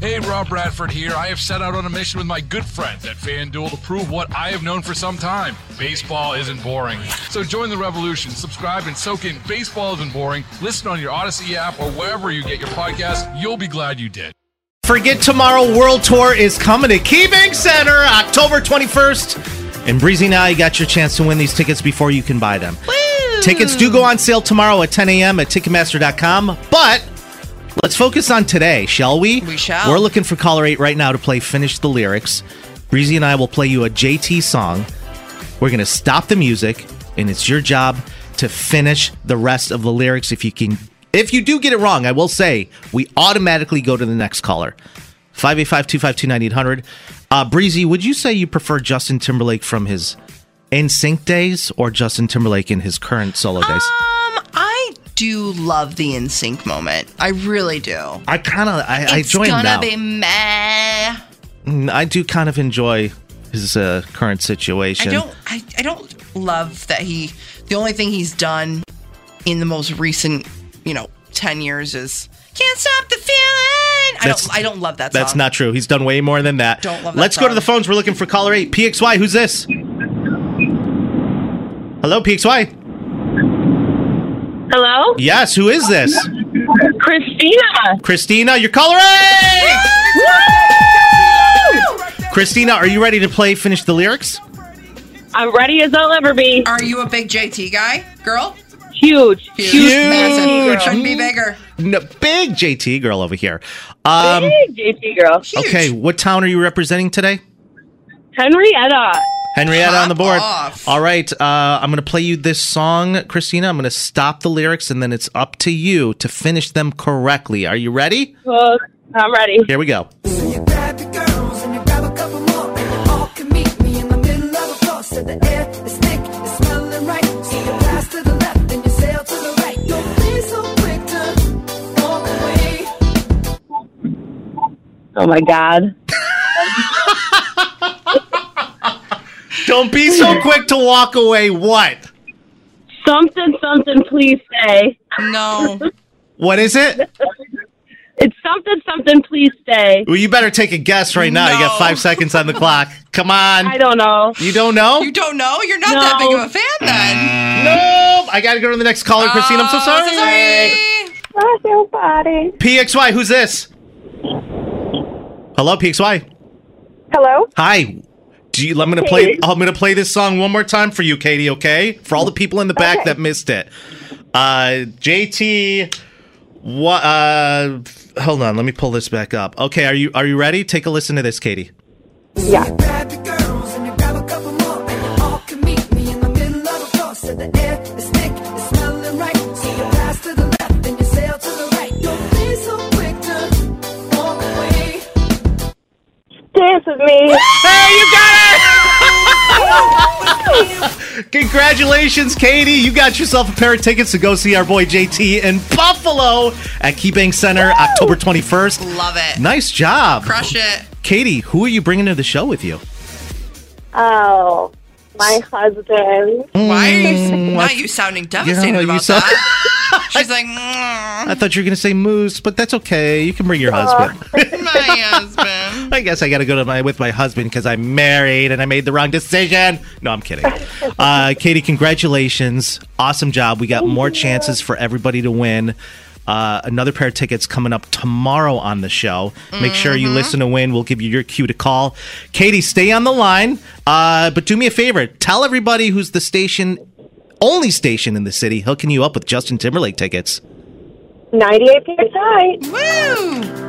Hey, Rob Bradford here. I have set out on a mission with my good friends at FanDuel to prove what I have known for some time baseball isn't boring. So join the revolution. Subscribe and soak in Baseball Isn't Boring. Listen on your Odyssey app or wherever you get your podcast. You'll be glad you did. Forget tomorrow. World Tour is coming to KeyBank Center October 21st. And Breezy, now you got your chance to win these tickets before you can buy them. Tickets do go on sale tomorrow at 10 a.m. at Ticketmaster.com. But let's focus on today, shall we? We shall. We're looking for caller eight right now to play Finish the Lyrics. Breezy and I will play you a JT song. We're going to stop the music, and it's your job to finish the rest of the lyrics. If you can, if you do get it wrong, I will say we automatically go to the next caller. 585-252-9800. Uh, Breezy, would you say you prefer Justin Timberlake from his NSYNC days or Justin Timberlake in his current solo days? Um, I do love the in sync moment. I really do. I kind of I, I it's joined gonna now. be meh. Mm, I do kind of enjoy his uh, current I situation. don't I, I don't love that he the only thing he's done in the most recent, you know, ten years is can't stop the feeling. I That's- don't I don't love that That's song. not true. He's done way more than that. Don't love that Let's go to song. the phones. We're looking for caller eight. PXY, who's this? Hello, PXY. Hello? Yes, who is this? Christina. Christina, you're caller eight. Christina, are you ready to play? Finish the lyrics. I'm ready as I'll ever be. Are you a big JT guy? Girl? Huge. massive. Couldn't be bigger. No, big JT girl over here. Um, Big JT girl. Huge. okay, what town are you representing today? Henrietta. Henrietta Hop on the board. off. All right, uh, I'm going to play you this song, Christina. I'm going to stop the lyrics, and then it's up to you to finish them correctly. Are you ready? Well, I'm ready. Here we go. Oh my God. Don't be so quick to walk away. What? Something, something, please say. No. What is it? It's something, something, please say. Well, you better take a guess right now. You got No. five seconds on the clock. Come on. I don't know. you don't know? You don't know? You're not No. that big of a fan then. nope. I got to go to the next caller, Christina. I'm so sorry. Oh, sorry. Love your body. PXY, who's this? Hello, PXY. Hello? Hi. Do you, I'm gonna play. I'm gonna play this song one more time for you, Katie. Okay, for all the people in the back that missed it. Uh, JT, what? Uh, hold on. Let me pull this back up. Okay, are you are you ready? Take a listen to this, Katie. Yeah. Dance with me. Hey, you got it! Congratulations, Katie. You got yourself a pair of tickets to go see our boy JT in Buffalo at KeyBank Center October 21st. Love it. Nice job. Crush it. Katie, who are you bringing to the show with you? Oh, my husband. Why are you, Mm, now I- you sounding devastated Yeah, you about sound- that? She's like, I mm, thought you were going to say Moose, but that's okay. You can bring your husband. my husband. I guess I got to go to my with my husband because I'm married and I made the wrong decision. No, I'm kidding. Uh, Katie, congratulations! Awesome job. We got more chances for everybody to win. Uh, another pair of tickets coming up tomorrow on the show. Make sure you listen to win. We'll give you your cue to call. Katie, stay on the line. Uh, but do me a favor. Tell everybody who's the station, only station in the city, hooking you up with Justin Timberlake tickets. 98 PSI. Woo!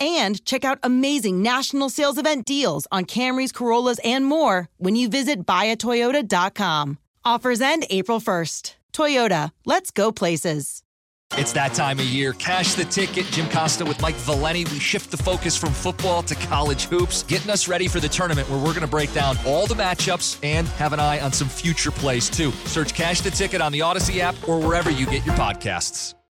and check out amazing national sales event deals on Camrys, Corollas, and more when you visit buyatoyota.com. Offers end April 1st. Toyota, let's go places. It's that time of year. Cash the ticket. Jim Costa with Mike Valeni. We shift the focus from football to college hoops, getting us ready for the tournament where we're going to break down all the matchups and have an eye on some future plays, too. Search Cash the Ticket on the Odyssey app or wherever you get your podcasts.